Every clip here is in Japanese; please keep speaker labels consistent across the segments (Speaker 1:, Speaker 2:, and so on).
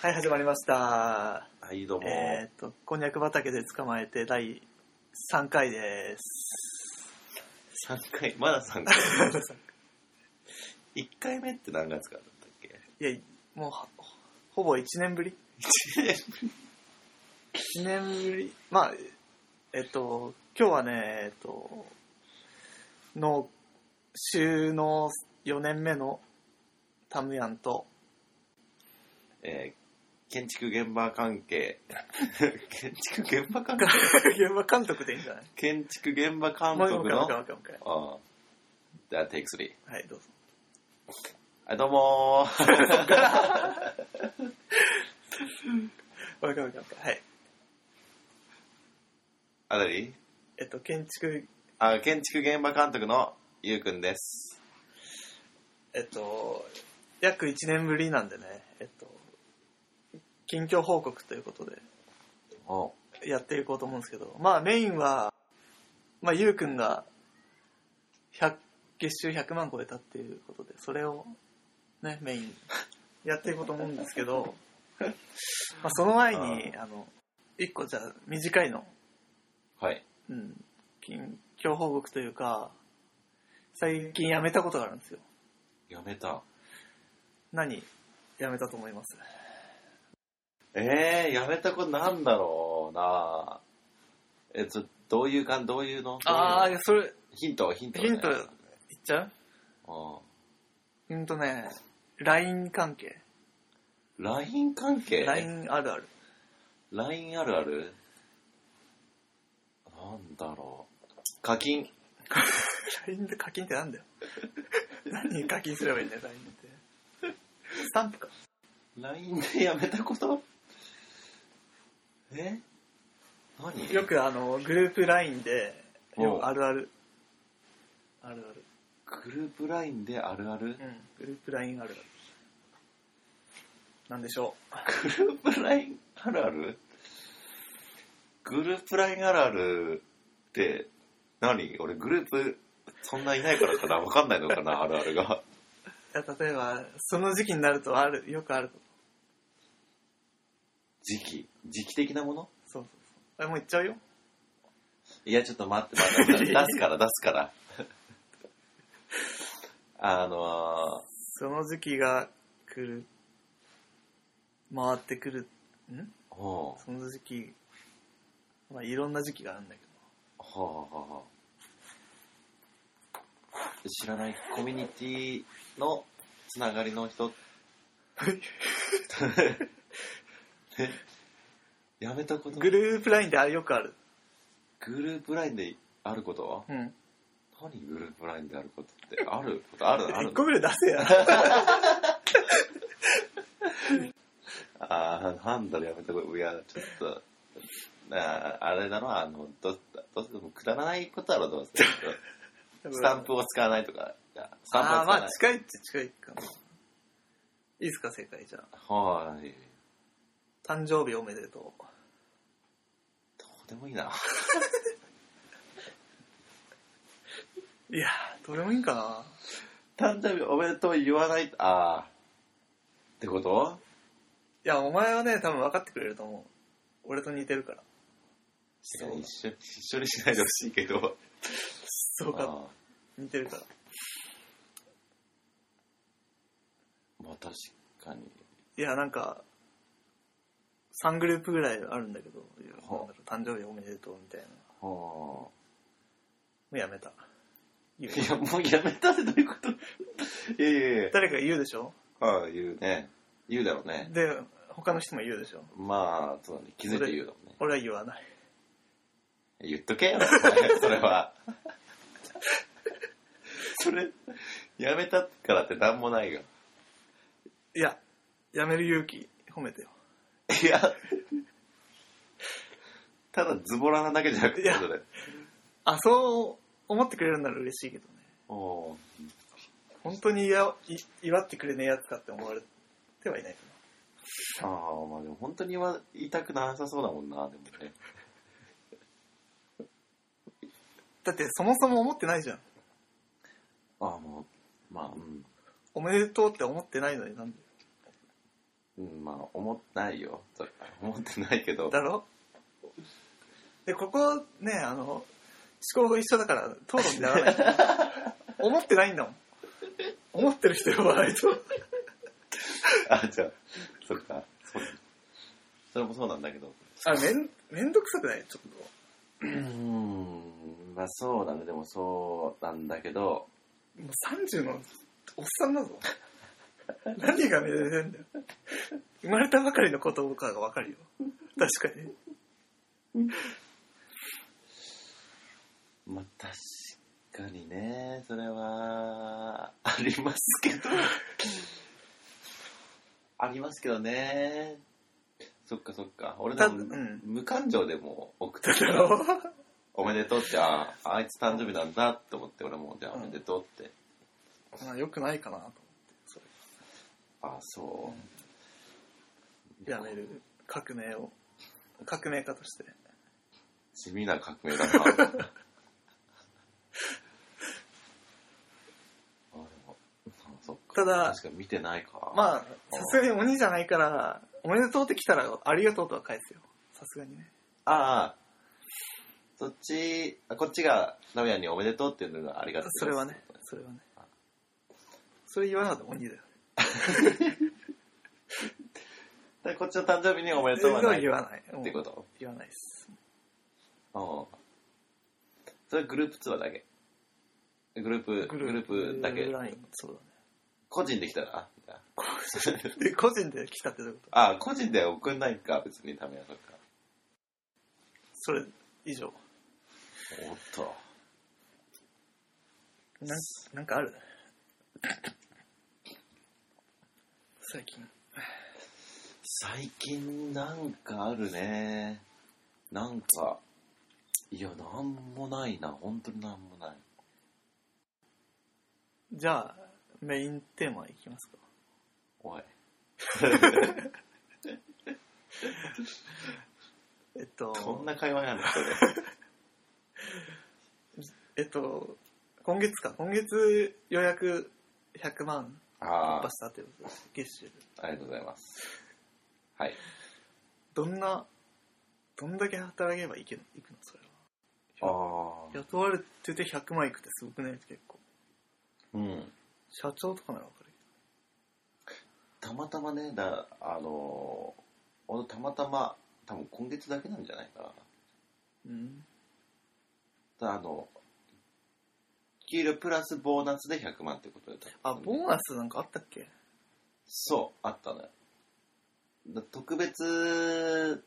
Speaker 1: はい、始まりました。
Speaker 2: はい、どうも。
Speaker 1: えーっと、こんにゃく畑で捕まえて第3回です。
Speaker 2: 三回、まだ3回。1回目って何月からだったっけ
Speaker 1: いや、もうほ、ほぼ1年ぶり ?1 年ぶり。まあ、えっと、今日はね、えっと、の、収納4年目のタムヤンと、
Speaker 2: えー建築現場関係。 建築現場 関係
Speaker 1: 現場監督でいいんじゃない
Speaker 2: 建築現場監
Speaker 1: もう一回も
Speaker 2: 督
Speaker 1: う
Speaker 2: の
Speaker 1: 一回。もう一回もう一
Speaker 2: ああじゃあ、テイク3。
Speaker 1: 回はい、どうぞ。
Speaker 2: はい、どうもー。
Speaker 1: もう一回もう一回もう一回はい。
Speaker 2: あたり
Speaker 1: えっと、建築、
Speaker 2: あ、建築現場監督のゆうくんです。
Speaker 1: えっと、約1年ぶりなんでね、えっと、近況報告ということで
Speaker 2: お
Speaker 1: やっていこうと思うんですけど、まあメインは、まあゆうくんが100、月収100万超えたっていうことで、それをね、メインにやっていこうと思うんですけど、まあその前に、あの、1個じゃあ短いの、
Speaker 2: はい。
Speaker 1: うん、近況報告というか、最近やめたことがあるんですよ。
Speaker 2: やめた。
Speaker 1: 何やめたと思います
Speaker 2: えー、やめたことなんだろうなえ、ちょ、どういう感どういうの
Speaker 1: ああ
Speaker 2: どういうの
Speaker 1: ー、それ、
Speaker 2: ヒント、ヒント、
Speaker 1: ヒント言っちゃう
Speaker 2: ああ
Speaker 1: うんとね、LINE 関係。
Speaker 2: LINE 関係
Speaker 1: LINE あるある。
Speaker 2: LINE あるあるなんだろう。課金。
Speaker 1: LINE で課金ってなん だよ。何に課金すればいいんだよ、LINE って。スタンプか。
Speaker 2: LINE でやめたことえ何
Speaker 1: よくあの、グループ LINE で、
Speaker 2: うん
Speaker 1: よくあるある。あるある。
Speaker 2: グループ LINE であるある
Speaker 1: うん、グループ LINE あるある。なんでしょ
Speaker 2: グループ LINE あるあるグループ LINE あるあるって何俺グループそんないないからかなわかんないのかなあるあるが。
Speaker 1: う。いや例えば、その時期になるとある、よくあること。
Speaker 2: 時期時期的なもの
Speaker 1: そうそうそう。あもう行っちゃうよ。
Speaker 2: いや、ちょっと待って、待って、出すから、出すから。 あの
Speaker 1: その時期が来る、回ってくる、ん
Speaker 2: ー、ほう、
Speaker 1: その時期、まあ、いろんな時期があるんだけ
Speaker 2: ほうほうほう。知らないコミュニティのつながりの人。 えやめたこと
Speaker 1: ど。グループラインであれよくある。
Speaker 2: グループラインであることは
Speaker 1: うん。
Speaker 2: 何グループラインであることってあることあるあ
Speaker 1: 1
Speaker 2: る
Speaker 1: 個ぐらい出せや。
Speaker 2: ああ、なんだろう、やめとこう。いや、ちょっと、あーあれだろ、あの、ど、どうせでもくだらないことだろ、どうせ。スタンプを使わないとか、いやスタンプを
Speaker 1: ああ、
Speaker 2: 使
Speaker 1: ま
Speaker 2: わな
Speaker 1: あ
Speaker 2: い。
Speaker 1: 近いっちゃ近いかな。いいですか、正解じゃあ。
Speaker 2: はーい。
Speaker 1: 誕生日おめでとう。
Speaker 2: どうでもいいな。
Speaker 1: いやー、どれもいいんかな。
Speaker 2: 誕生日おめでとう言わない、ああ。ってこと
Speaker 1: いや、お前はね、多分分かってくれると思う。俺と似てるから。
Speaker 2: い
Speaker 1: そ
Speaker 2: や
Speaker 1: う
Speaker 2: 一緒一緒にしないでほしいけど。
Speaker 1: そうか、
Speaker 2: あ
Speaker 1: 似てるから。
Speaker 2: ーまあ確かに。
Speaker 1: いや、なんか、3グループぐらいあるんだけど、いやなんだろ
Speaker 2: ほ
Speaker 1: う誕生日おめでとうみたいな。も
Speaker 2: は
Speaker 1: うやめた。言
Speaker 2: あ。
Speaker 1: う
Speaker 2: いや、もうやめたってどういうこといやいやいや。
Speaker 1: 誰か言うでしょ
Speaker 2: ああ、言うね。言うだろうね。
Speaker 1: で、他の人も言うでしょ
Speaker 2: まあ、そうだね。気づいて言うだもんね。
Speaker 1: 俺は言わない。
Speaker 2: 言っとけよ、 それは。 それ、やめたからってなんもないよ。
Speaker 1: いや、やめる勇気、褒めてよ。
Speaker 2: いや、ただズボラなだけじゃなく
Speaker 1: い
Speaker 2: て、
Speaker 1: や
Speaker 2: それ。
Speaker 1: あ、そう思ってくれるなら嬉しいけどね。
Speaker 2: おう
Speaker 1: 本当にやい祝ってくれねえやつかって思われてはいないか
Speaker 2: ああ、まあでも本当には痛くなさそうだもんな、でもね。
Speaker 1: な。だって、そもそも思ってないじゃん。
Speaker 2: ああ、もう、まあ、うん。
Speaker 1: おめでとうって思ってないのになんで。
Speaker 2: うん、ままあ、思ってないよ。それ思ってないけど。
Speaker 1: だろで、ここね、あの、思考が一緒だから討論になら ない。思ってないんだもん。思ってる人呼ばないと。
Speaker 2: あ、じゃあ、そっか。そうそれもそうなんだけど。
Speaker 1: あ、めん、めんどくさくないちょっと。
Speaker 2: うーん、まあそうだね。でもそうなんだけど、
Speaker 1: もう30のおっさんだぞ。何がめでてんだよ。生まれたばかりの子供かがわかるよ。確かに。
Speaker 2: まあ確かにね、それは、ありますけ ど。ありますけどね。そっかそっか。俺でも、
Speaker 1: たうん
Speaker 2: 無感情でも送って
Speaker 1: だ
Speaker 2: た
Speaker 1: ろ
Speaker 2: おめでとうって、ああ、あいつ誕生日なんだって思って、俺も、じゃあおめでとうって。
Speaker 1: まあ、よくないかなと思ってそ
Speaker 2: ああ、そ
Speaker 1: れ。やめる。革命を。革命家として。
Speaker 2: う。地味な革 命だな。あでもそっ
Speaker 1: た
Speaker 2: か
Speaker 1: だ
Speaker 2: 確かに見てないか。
Speaker 1: まあ、さすがに鬼じゃないから、おめでとうって来たら、ありがとうとは返すよ。さすがにね。
Speaker 2: ああ、そっち、あこっちがナミヤにおめでとうっていうのがありがたいです
Speaker 1: それはね。、それはね。それ言わなかったら鬼だよ。
Speaker 2: でこっちの誕生日におめで
Speaker 1: そ
Speaker 2: と
Speaker 1: れ
Speaker 2: うは
Speaker 1: は
Speaker 2: ない
Speaker 1: 言
Speaker 2: っ
Speaker 1: わない。
Speaker 2: てこ
Speaker 1: うん
Speaker 2: と。
Speaker 1: 言わないです。
Speaker 2: うん。それグループツアーだけ。グループ、グループだけ。
Speaker 1: ライン、そうだね。
Speaker 2: 個人できたらあ
Speaker 1: で、個人で来たってどういうこと
Speaker 2: あ、個人で送んないか、別にダメやそっか。
Speaker 1: それ、以上。
Speaker 2: おっと。
Speaker 1: なんなんかある 最近。
Speaker 2: 最近なんかあるね。なんか、いや、なんもないな。本当になんもない。
Speaker 1: じゃあ、メインテーマいきますか。
Speaker 2: おい。
Speaker 1: えっと、
Speaker 2: どんな会話やねん、それ。
Speaker 1: えっと、今月か。今月予約100万突
Speaker 2: あ
Speaker 1: 破したということです。月収。
Speaker 2: あ、ありがとうございます。はい。
Speaker 1: どんな、どんだけ働けばいけいくのそれは。
Speaker 2: あ
Speaker 1: 雇われてて100万いくってすごくない結構。
Speaker 2: うん。
Speaker 1: 社長とかならわかる
Speaker 2: たまたまね、だあのー、俺たまたま、多分今月だけなんじゃないかな。
Speaker 1: けど。うん。
Speaker 2: だあの、給料プラスボーナスで100万ってことで。
Speaker 1: あ、ボーナスなんかあったっけ
Speaker 2: そう、あったのよ。だ特別、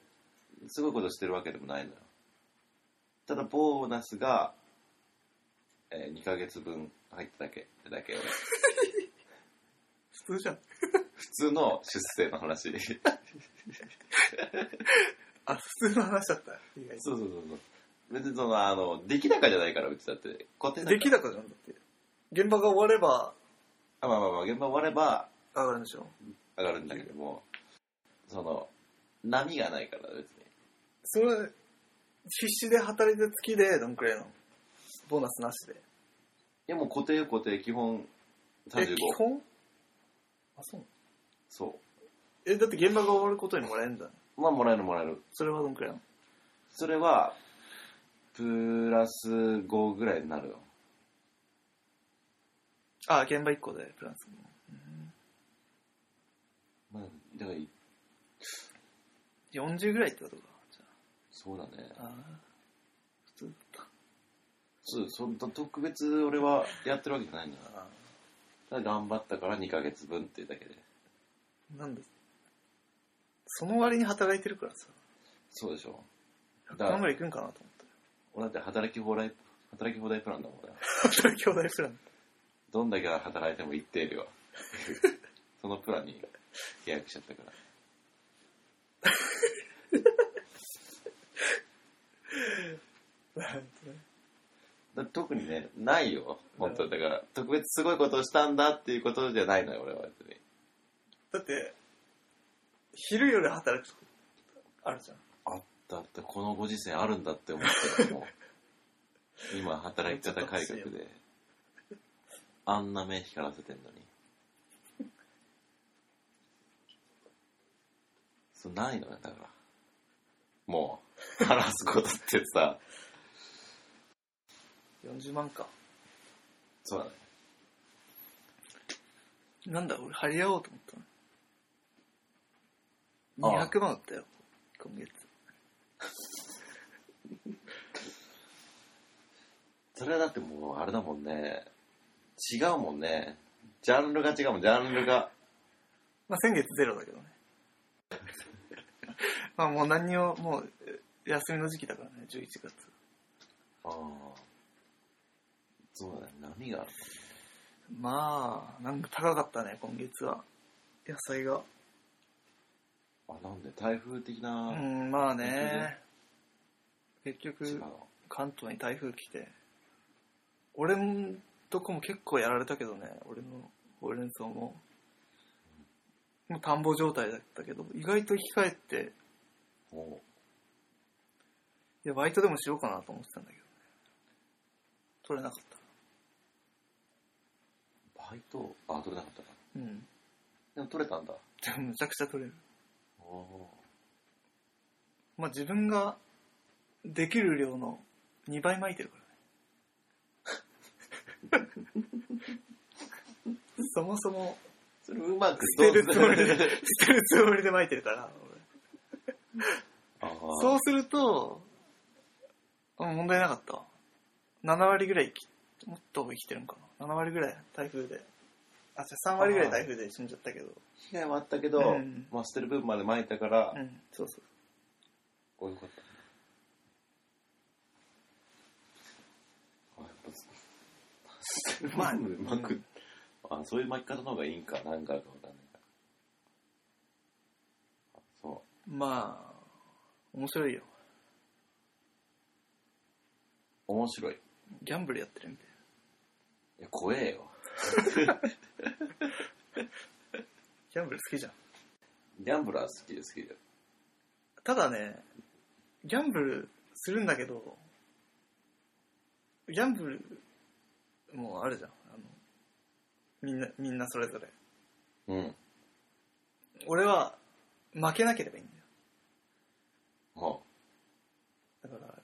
Speaker 2: すごいことしてるわけでもないのよ。ただ、ボーナスが、えー、2ヶ月分入っただけ、ってだけ俺
Speaker 1: 普通じゃん。
Speaker 2: 普通の出世の話。
Speaker 1: あ、普通の話だった。意外と
Speaker 2: そうそうそうそう。別にその、あの、出来高じゃないから、うちだって。固定だから
Speaker 1: 出来高じゃんだって。現場が終われば
Speaker 2: あまあまあまあ、現場終われば
Speaker 1: 上がるんでしょ
Speaker 2: 上がるんだけども、その、波がないから、別に。
Speaker 1: それ、必死で働いて月でどんくらいのボーナスなしで。
Speaker 2: いや、もう固定固定、基本
Speaker 1: え、
Speaker 2: 35
Speaker 1: 基。本あ、そう
Speaker 2: そ
Speaker 1: え、だって現場が終わることにもらえるんだ。
Speaker 2: う。まあ、もらえるもらえる。
Speaker 1: それはどんくらいなの
Speaker 2: それは、プラス5ぐらいになるよ。
Speaker 1: あ、現場1個で、プラス。うん
Speaker 2: まあ、だから、
Speaker 1: 40ぐらいってことか。じ
Speaker 2: そうだね
Speaker 1: ゃ。ああー普通だっ
Speaker 2: そう、そんな特別俺はやってるわけじゃないんだ
Speaker 1: たな。
Speaker 2: な。ただ頑張ったから2ヶ月分っていうだけで。
Speaker 1: なんだその割に働いてるからさ、
Speaker 2: そうでしょ。
Speaker 1: 100
Speaker 2: だ
Speaker 1: 万ぐらいいくんかなと思っ
Speaker 2: 俺だって働き放題、働き放題プランだもん俺。
Speaker 1: て。働き放題プラン。
Speaker 2: どんだけ働いても一定量。そのプランに契約しちゃったから。だ特にね、ないよ。本当にだから、特別すごいことをしたんだっていうことじゃないのよ、俺は別に。
Speaker 1: だって、昼夜働くとこあるじゃん。
Speaker 2: あったって、このご時世あるんだって思ったら もう、今働き方改革で、あんな目光らせてんのに。そうないのねだからもう話すことってさ
Speaker 1: 40万か。
Speaker 2: そうだね
Speaker 1: なんだ、俺張り合おうと思
Speaker 2: あ
Speaker 1: っ
Speaker 2: あ
Speaker 1: たの。200万だったよ、今月。
Speaker 2: それはだってもうあれだもんね違うもんねジャンルが違うもんジャンルが
Speaker 1: まあ先月ゼロだけどね。 まあもう何を、もうえ休みの時期だからね、11月。
Speaker 2: ああそうだね波がある
Speaker 1: まあ、なんか高かったね、今月は。野菜が。
Speaker 2: あなんで台風的
Speaker 1: う、
Speaker 2: なん
Speaker 1: まあね。結
Speaker 2: 違う
Speaker 1: 局、
Speaker 2: の
Speaker 1: 関東に台風来て。俺んとこも結構やられたけどね、俺のほうれん草も。もう田んぼ状態だったけど、意外と生き返って、
Speaker 2: も
Speaker 1: いや、バイトでもしようかなと思ってたんだけどね。取れなかった。
Speaker 2: うバイトあ取れなかったか
Speaker 1: うん。
Speaker 2: でも取れたんだ
Speaker 1: でもむちゃくちゃ取れる。
Speaker 2: おお
Speaker 1: まあ自分ができる量の2倍巻いてるからね。そもそも
Speaker 2: それうまく
Speaker 1: 捨てるつもりで、捨てるつもりで巻いてるから。
Speaker 2: ああ
Speaker 1: 俺そうすると、うん問題なかったわ。7割ぐらい生き、もっと生きてるんかな。7割ぐらい台風で。あ、じゃあ3割ぐらい台風で死んじゃったけど。
Speaker 2: 被害はあったけど、
Speaker 1: うん
Speaker 2: まあ捨てる分まで巻いたから、
Speaker 1: うん、そうそう。
Speaker 2: こういうことあやっぱ捨てる
Speaker 1: まあ
Speaker 2: 分 まで巻く、
Speaker 1: うん
Speaker 2: あそういう巻き方の方がいいんかなんかあるかわかんないからあそ
Speaker 1: まあ、面白いよ。
Speaker 2: う面白いい
Speaker 1: ギャンブルやってるみたい。
Speaker 2: や怖えよ
Speaker 1: ギャンブル好きじゃん。
Speaker 2: ギャンブルは好きで好きで
Speaker 1: ただね、ギャンブルするんだけど、ギャンブルもあるじゃん。あのみんな、みんなそれぞれ。
Speaker 2: うん
Speaker 1: 俺は負けなければいいん
Speaker 2: も
Speaker 1: だよ。だから、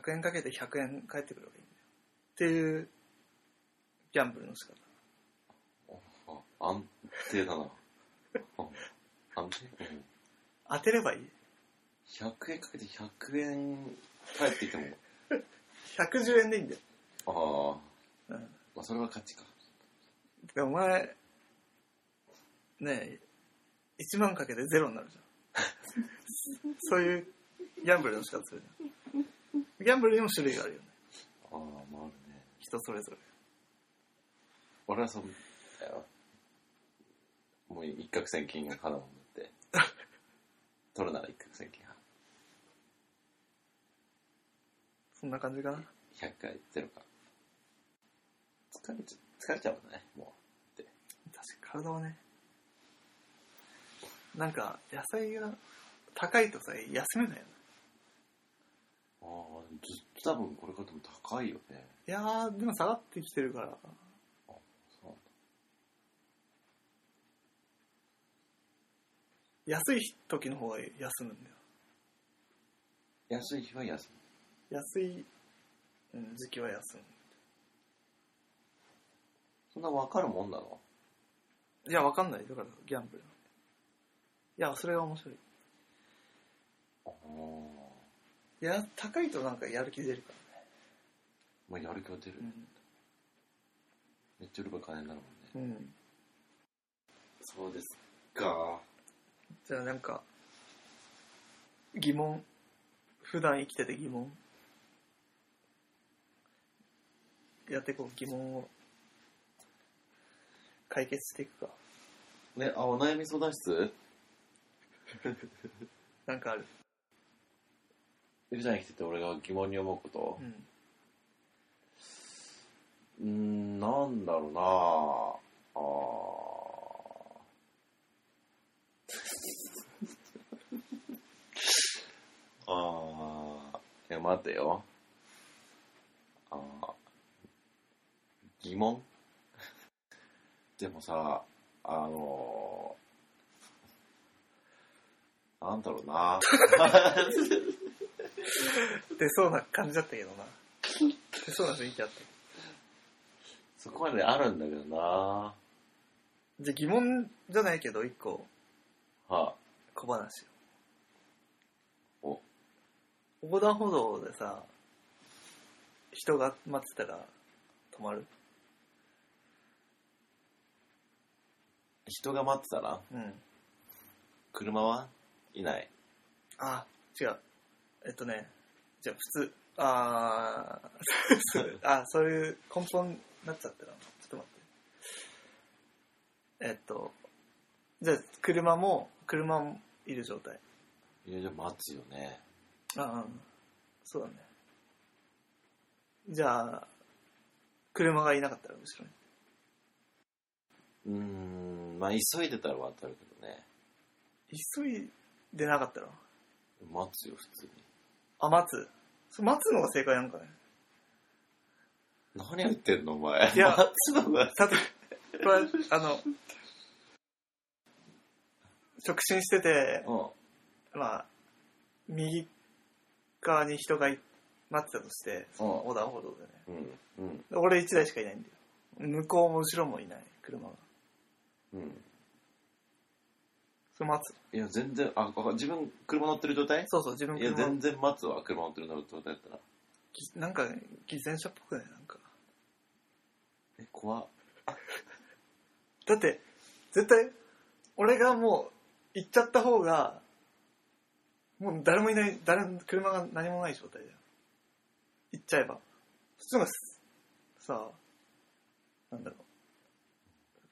Speaker 1: 100円かけて100円返ってくればいいんだよ。っていう、ギャンブルの仕方。
Speaker 2: うあ安定だなうん安定、うん
Speaker 1: 当てればいい。
Speaker 2: 100円かけて100円返ってきて
Speaker 1: 110円でいいんだよ。
Speaker 2: も、ああ、
Speaker 1: うん
Speaker 2: まあそれは勝ちか。
Speaker 1: てかお前、ねえ、1万かけてゼロになるじゃん。そういうギャンブルの仕方するじゃん。ギャンブルにも種類があるよね。
Speaker 2: ああ、まああるね。
Speaker 1: 人それぞれ。
Speaker 2: 俺はそう、だよもう一攫千金派だもんだって。取るなら一攫千金
Speaker 1: そんな感じかな。
Speaker 2: 派。100回ゼロか。疲れちゃ、疲れちゃうもんね、も
Speaker 1: 確かに体はね。なんか、野菜が高いとさ、休めないよね。
Speaker 2: う。ああ、ずっと多分これからでも高いよね。
Speaker 1: いやー、でも下がってきてるから。
Speaker 2: そうなんだ
Speaker 1: 安い時の方が休むんだよ。
Speaker 2: 安い日は安い。
Speaker 1: 安い、うん、時期は休
Speaker 2: そんな分かるもんなの
Speaker 1: む。いや、わかんない。だから、ギャンブル。いや、それが面白い。
Speaker 2: ああ、
Speaker 1: いや、高いとなんかやる気出るか
Speaker 2: まあやる気は出る。
Speaker 1: らね。
Speaker 2: めっちゃ売れば金になるもんね。
Speaker 1: うん。うん。
Speaker 2: そうですか。
Speaker 1: じゃあなんか、疑問。普段生きてて疑問。やってこう、疑問を解決していくか。
Speaker 2: ね、あ、お悩み相談室
Speaker 1: なんかある。
Speaker 2: 普段生きてて俺が疑問に思うこと
Speaker 1: うん。
Speaker 2: うーん、なんだろうなあー あー。いや、待てよ。あー疑問 でもさ、あのなんだろうな
Speaker 1: 出そうな感じだったけど な。出そうな雰囲気あった。
Speaker 2: そこまであるんだけどな
Speaker 1: じゃあ疑問じゃないけど、一個
Speaker 2: は
Speaker 1: 小話
Speaker 2: お
Speaker 1: 横断歩道でさ、人が待ってたら止まる
Speaker 2: 人が待ってたら
Speaker 1: うん。
Speaker 2: 車はいない
Speaker 1: あ、違う。えっとね、じゃあ普通、あー そうあ、そういう根本になっちゃってるな。ちょっと待って。えっと、じゃあ車も、車もいる状態。
Speaker 2: いやいや待つよね
Speaker 1: ああ、そうだね。じゃあ、車がいなかったら後ろに。
Speaker 2: うーんまあ急いでたら渡るけどね
Speaker 1: 急いでなかったら。
Speaker 2: 待つよ普通に
Speaker 1: あ、待つ。そ待つのが正解なんかね。
Speaker 2: 何言ってんのお前
Speaker 1: いや
Speaker 2: 待つのが
Speaker 1: たとえば、これあの、直進してて、
Speaker 2: うん
Speaker 1: まあ、右側に人がい待ってたとして、その横断歩道でね。
Speaker 2: うんうん
Speaker 1: で俺1台しかいないんだよ。向こうも後ろもいない、車が。
Speaker 2: うん
Speaker 1: それ待つ。
Speaker 2: いや全然ああ自分車乗ってる状態
Speaker 1: そうそう、自分
Speaker 2: いや
Speaker 1: 車
Speaker 2: 全然待つわ車乗ってる状態だったら
Speaker 1: ぎなんか、偽善者っぽくないなんか。
Speaker 2: え怖っ
Speaker 1: だって、絶対、俺がもう、行っちゃった方が、もう誰もいない、誰も、車が何もない状態だよ。行っちゃえば。そっちの方がす、さあ、なんだろう。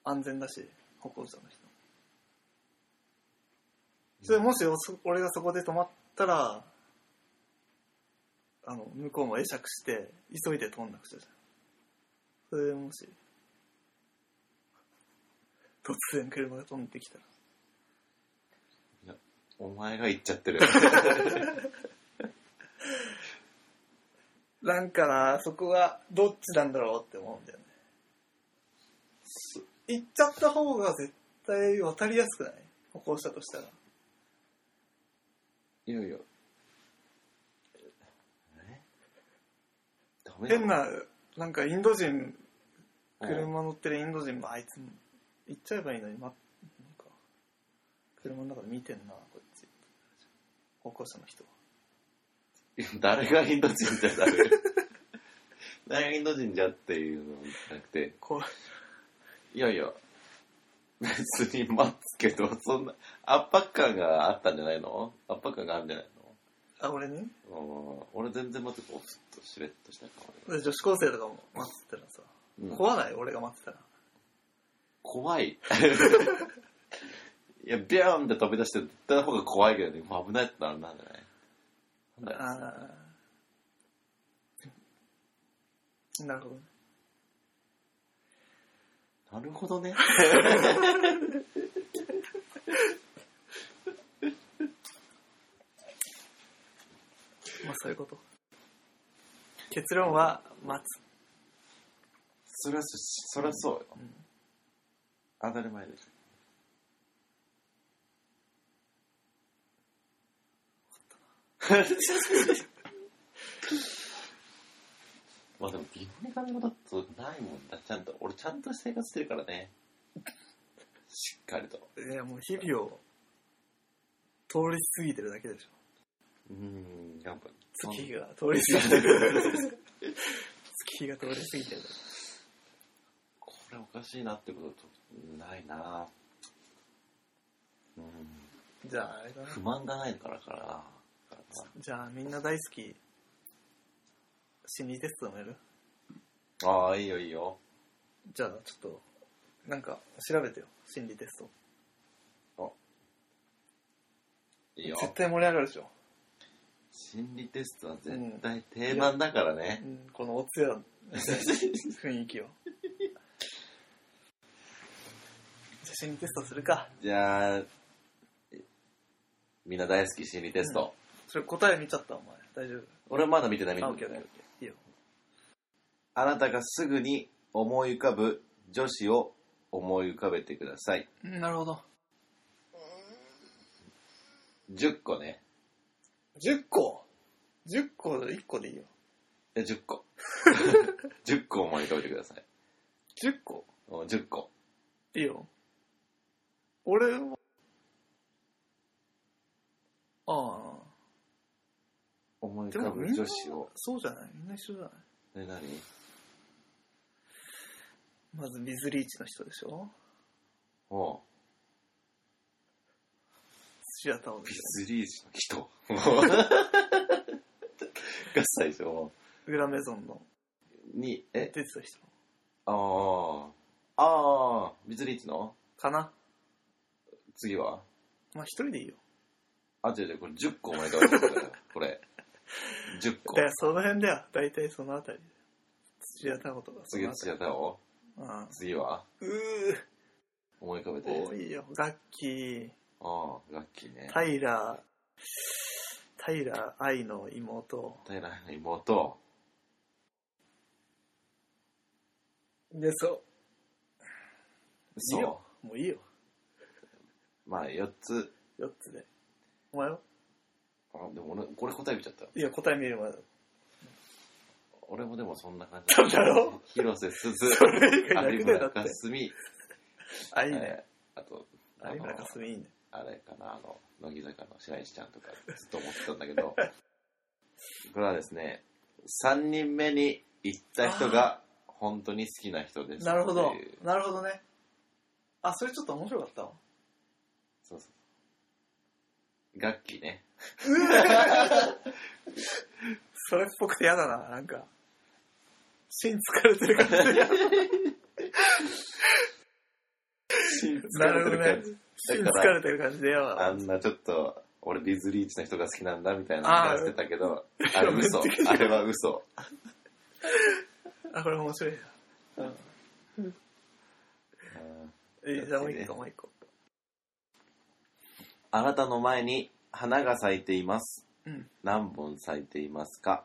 Speaker 1: 安全だし、歩行者の人。それもし、そ俺がそこで止まったら、あの、向こうも会釈して、急いで通んなくちゃじゃん。それでもし、突然車が飛んできたら。
Speaker 2: お前が言っちゃってる
Speaker 1: なんかな、そこがどっちなんだろうって思うんだよね。行っちゃった方が絶対渡りやすくない歩行者としたら。
Speaker 2: いやいやえダメだ
Speaker 1: 変な、なんかインド人、
Speaker 2: うん
Speaker 1: 車乗ってるインド人もあいつも行っちゃえばいいのに、ま、なんか、車の中で見てんな、こっち。歩行者の人は。
Speaker 2: 誰がインド人じゃ誰が誰がインド人じゃっていうのじゃなくて
Speaker 1: こ、
Speaker 2: いやいや別に待つけどそんな圧迫感があったんじゃないの圧迫感があるんじゃないう
Speaker 1: あ、俺ね。
Speaker 2: のうん俺全然待つこうふっとしれっとした顔で、
Speaker 1: で女子高生とかも待ってたらさ、
Speaker 2: うん
Speaker 1: 怖ない俺が待ってたら。
Speaker 2: 怖いいやビャーンって飛び出してった方が怖いけどねもう危ないってなるなんじゃないなんだよ
Speaker 1: ああ。なるほどね。
Speaker 2: なるほどね
Speaker 1: まあそういうこと。結論は、待つ。
Speaker 2: そりゃそそりゃそうよ
Speaker 1: うん
Speaker 2: 当たり前です まあでも微妙に考え方ってないもんだちゃんと俺ちゃんと生活してるからねしっかりと
Speaker 1: いや、もう日々を通り過ぎてるだけでしょ。
Speaker 2: うーんやっぱそん
Speaker 1: 月日が通り過ぎてる。月日が通り過ぎてる。
Speaker 2: これおかしいなってことないなうん
Speaker 1: じゃあ、あれだな。
Speaker 2: 不満がないからかな
Speaker 1: じゃあ、みんな大好き、心理テストもやる
Speaker 2: ああいいよいいよ
Speaker 1: じゃあ、ちょっと、なんか、調べてよ。心理テスト。
Speaker 2: いいよ
Speaker 1: 絶対盛り上がるでしょ。
Speaker 2: 心理テストは絶対定番だからね
Speaker 1: う、ん、このおつやの 雰囲気を。じゃあ、心理テストするか。
Speaker 2: じゃあみんな大好き心理テスト、
Speaker 1: それ答え見ちゃった、お前。大丈夫。
Speaker 2: 俺まだ見てない見て
Speaker 1: あ、
Speaker 2: な
Speaker 1: オッケーオッケーオッ
Speaker 2: い
Speaker 1: ケー。いいよ。
Speaker 2: あなたがすぐに思い浮かぶ女子を思い浮かべてください
Speaker 1: うんなるほど。
Speaker 2: 10個ね。
Speaker 1: 10個 ?10 個1個でいいよ。
Speaker 2: え、10個。10個思い浮かべてください。
Speaker 1: 10個
Speaker 2: お10個。
Speaker 1: いいよ。俺は、あ
Speaker 2: 思い
Speaker 1: あ。
Speaker 2: 浮かぶ女子を。
Speaker 1: そうじゃないみんな一緒じゃない
Speaker 2: え、何
Speaker 1: まずビズリーチの人でしょ
Speaker 2: おう
Speaker 1: シアターを
Speaker 2: ビスリージの人。おう が最初。
Speaker 1: グラメゾンの
Speaker 2: に、え
Speaker 1: 出、てた人
Speaker 2: ああ。ああ、ビスリーチの
Speaker 1: かな
Speaker 2: 次は
Speaker 1: まあ一人でいいよ。
Speaker 2: あ、違う違う、これ10個思い浮かべてください。これ。10個
Speaker 1: だ。からその辺だよ。大体そのあたり。土屋太鳳とかそ
Speaker 2: 次
Speaker 1: の
Speaker 2: は
Speaker 1: あた
Speaker 2: 土
Speaker 1: り。
Speaker 2: 屋太鳳次は
Speaker 1: うん。う
Speaker 2: 思い浮かべて。
Speaker 1: ー、多いよ。ガッキ
Speaker 2: ああ、ラッキーね
Speaker 1: ー、。タイラー、タイラー愛の妹。
Speaker 2: 平愛の妹。
Speaker 1: で、そいい
Speaker 2: そ
Speaker 1: よう。もういいよ。
Speaker 2: う。まあ、4つ。
Speaker 1: 4つで。お前は
Speaker 2: あ、でも俺、これ答え見ちゃった。
Speaker 1: いや、答え見るまで。
Speaker 2: 俺もでもそんな感
Speaker 1: そう
Speaker 2: じ。
Speaker 1: だろ
Speaker 2: 広瀬すず、
Speaker 1: それ以外楽だよ
Speaker 2: 有村
Speaker 1: だって
Speaker 2: 架純、
Speaker 1: あ、いいね。
Speaker 2: えーあと、あ
Speaker 1: 有
Speaker 2: の
Speaker 1: 村架純いいね。
Speaker 2: あれかな、あの、乃木坂の白石ちゃんとかずっと思ってたんだけど、 これはですね、3人目に行った人が本当に好きな人ですっていう。
Speaker 1: なるほど。なるほどね。あ、それちょっと面白かったわ。
Speaker 2: そうそう。楽器 ね。
Speaker 1: それっぽくて嫌だな、なんか。芯疲れてる感じ。 なるほどね。芯
Speaker 2: だ
Speaker 1: 疲
Speaker 2: から
Speaker 1: れてる感じで嫌だ
Speaker 2: あ
Speaker 1: わ。
Speaker 2: んなちょっと、俺ビズリーチの人が好きなんだみたいな
Speaker 1: あー
Speaker 2: 話してた けど、あれ嘘。あれは嘘。
Speaker 1: あ、これ面白いな。
Speaker 2: うん
Speaker 1: えーじゃあもう一個、もう一個。
Speaker 2: あなたの前に花が咲いています。
Speaker 1: うん。
Speaker 2: 何本咲いていますか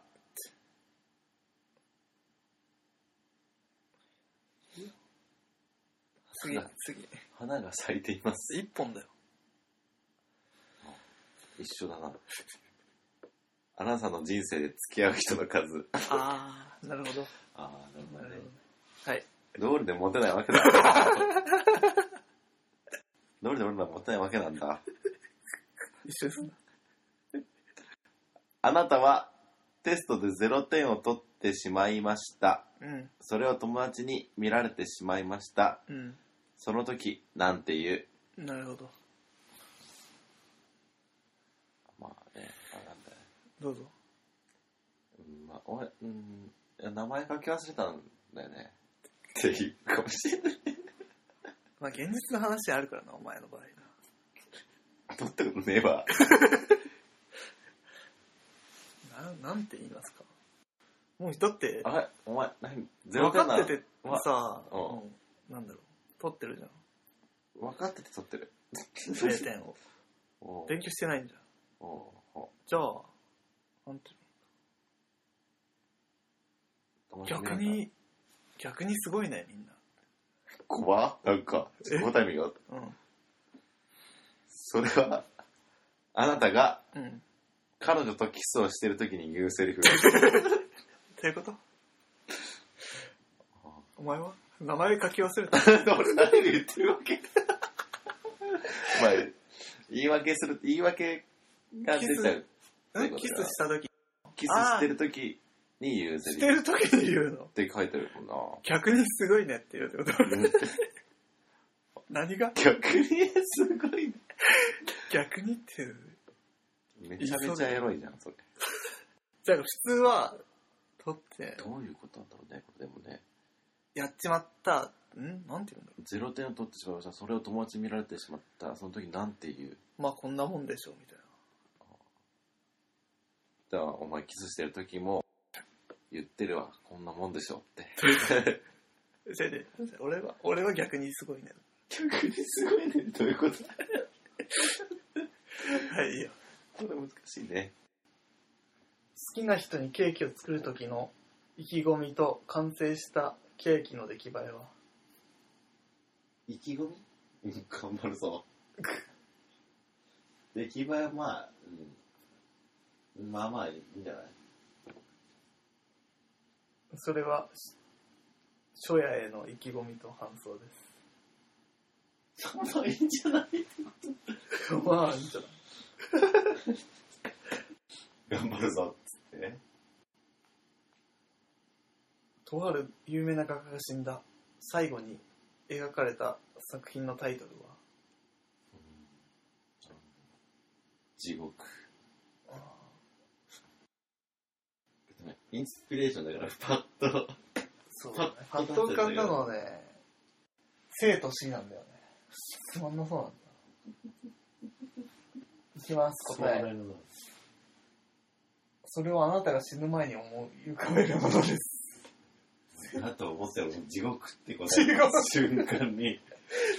Speaker 1: 次
Speaker 2: 花、
Speaker 1: 次。
Speaker 2: 花が咲いています。
Speaker 1: 一本だよ。
Speaker 2: 一緒だな。あなたの人生で付き合う人の数。
Speaker 1: あ ー、なるほど。
Speaker 2: ああ、なるほ
Speaker 1: な
Speaker 2: どね
Speaker 1: るほ。どはい。
Speaker 2: どうりでモテないわけだ。どうりで俺らモテないわけなんだ。
Speaker 1: 一緒ですな。
Speaker 2: あなたはテストで0点を取ってしまいました。
Speaker 1: うん、
Speaker 2: それを友達に見られてしまいました。
Speaker 1: うん。
Speaker 2: その時、なんて言う
Speaker 1: なるほど。
Speaker 2: まあね、あれなんだよね
Speaker 1: どうぞ。
Speaker 2: うんまあ、俺、うん、いや名前書き忘れたんだよね。っていうかもしれない。
Speaker 1: まあ現実の話あるからな、お前の場合な。
Speaker 2: 取ったことねえわ。
Speaker 1: なんなんて言いますかもうだって
Speaker 2: あれお前、何ゼロ
Speaker 1: 分
Speaker 2: 点な
Speaker 1: か
Speaker 2: の
Speaker 1: ってて
Speaker 2: わ
Speaker 1: さ、
Speaker 2: う
Speaker 1: うん、なんだろう取ってるじゃん
Speaker 2: 分かってて取ってる。
Speaker 1: 0点を
Speaker 2: おう
Speaker 1: 勉強してないんじゃん
Speaker 2: おうおう
Speaker 1: じゃあなんて
Speaker 2: 友達見ら
Speaker 1: 逆
Speaker 2: れた
Speaker 1: に逆にすごいねみん
Speaker 2: 怖っなんか、ちょっと答え見よう。
Speaker 1: な
Speaker 2: それは、あなたが
Speaker 1: うんうん
Speaker 2: 彼女とキスをしてる時に言う セリフ。
Speaker 1: ということお前は名前書き忘 れた
Speaker 2: 俺何言ってるわけまあ、言い訳する、言い訳が出ちゃう。
Speaker 1: うんキスした時
Speaker 2: キスしてる時に言うセ
Speaker 1: し
Speaker 2: リ
Speaker 1: て
Speaker 2: フっ
Speaker 1: る時に言うの
Speaker 2: て書いてあるも
Speaker 1: 逆にすごいねって言うってこと
Speaker 2: んな。
Speaker 1: 何が
Speaker 2: 逆にすごいね。
Speaker 1: 逆にっていう
Speaker 2: めちゃめちゃエロいじゃん、それ。
Speaker 1: じゃあ普通は取って
Speaker 2: どういうことなんだろうね、これでもね。
Speaker 1: やっちまったんなんて言うんだろ
Speaker 2: ゼロ点を取ってしまいました。それを友達に見られてしまった。その時なんて言う
Speaker 1: うまあこんなもんでしょうみたいな
Speaker 2: だからお前キスしてる時も言ってるわこんなもんでしょって
Speaker 1: それで 俺は俺は逆にすごいね
Speaker 2: 逆にすごいねどういうこと
Speaker 1: はいいいよ
Speaker 2: これ難しいね
Speaker 1: 好きな人にケーキを作る時の意気込みと完成したケーキの出来栄えは
Speaker 2: 意気込み頑張るぞ出来栄えはまあ、うん、まあまあいいんじゃ ない
Speaker 1: それは、初夜への意気込みと感想で
Speaker 2: そんないいんじゃない
Speaker 1: す。 まあ、いいんじゃない
Speaker 2: 頑張るぞっつってね。
Speaker 1: とある有名な画家が死んだ最後に描かれた作品のタイトル
Speaker 2: 地獄。
Speaker 1: は、
Speaker 2: インスピレーションだから、パッと。
Speaker 1: そう
Speaker 2: だね
Speaker 1: パッと浮かんだのはね、生と死なんだよね。つまんなそうなんだ。いきます、答え。
Speaker 2: の。
Speaker 1: それをあなたが死ぬ前に思い浮かべるもの です。
Speaker 2: だと思ったよ、地獄って答え
Speaker 1: 地獄
Speaker 2: た瞬間に、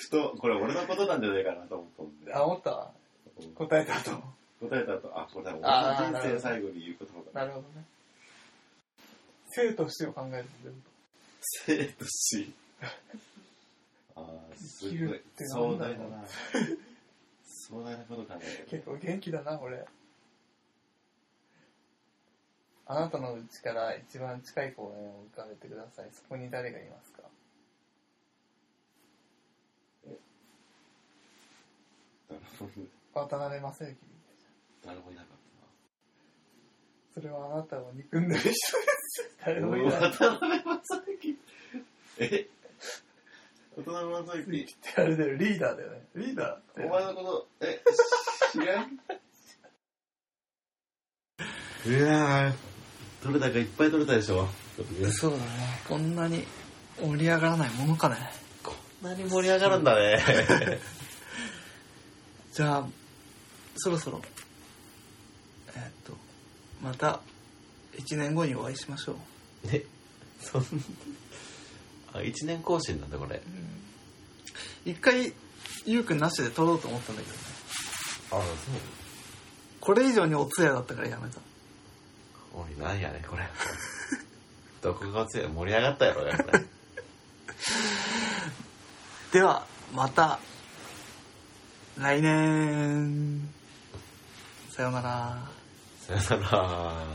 Speaker 2: ふと、これ俺のことなんじゃないかなと思ったんで。
Speaker 1: あ、思った
Speaker 2: うん
Speaker 1: 答えたと。
Speaker 2: 答えた後、あ、これは
Speaker 1: あー
Speaker 2: 俺の人生最後に言うことだ。
Speaker 1: なるほどね。生と死を考えるってこ
Speaker 2: 生と死。ああ、す
Speaker 1: 生き
Speaker 2: ご
Speaker 1: るっ
Speaker 2: い
Speaker 1: て。なん
Speaker 2: 壮
Speaker 1: だろ
Speaker 2: 大
Speaker 1: う
Speaker 2: だな。壮大なこと考え
Speaker 1: と
Speaker 2: てる。
Speaker 1: 結構元気だな、俺。あなたのうちから一番近い公園を浮かべてください。そこに誰がいますか
Speaker 2: 誰も
Speaker 1: 渡辺正行。
Speaker 2: 誰もいなかっ
Speaker 1: それはあなたを憎んでる人です。 誰
Speaker 2: たな。
Speaker 1: もいない。
Speaker 2: 渡辺正行。え渡辺正行。
Speaker 1: あれだよ、リーダーだよね。リーダー
Speaker 2: お前のこと、え、知らんうわぁ、取れたかいっぱい取れたでしょ。
Speaker 1: そうだね。こんなに盛り上がらないものかね。
Speaker 2: こんなに盛り上がるんだ ね。
Speaker 1: じゃあ、そろそろ、えーっと、また1年後にお会いしましょう。
Speaker 2: ね、そんあ、一年更新なんだ、これ。
Speaker 1: 一回、ゆうくんなしで撮ろうと思ったんだけどね。
Speaker 2: あ、そう。
Speaker 1: これ以上にお通夜だったからやめた。
Speaker 2: おい、なんやね、これ。どこが強い盛り上がったやろ、やっぱり。
Speaker 1: では、また、来年。さようなら。
Speaker 2: さよなら。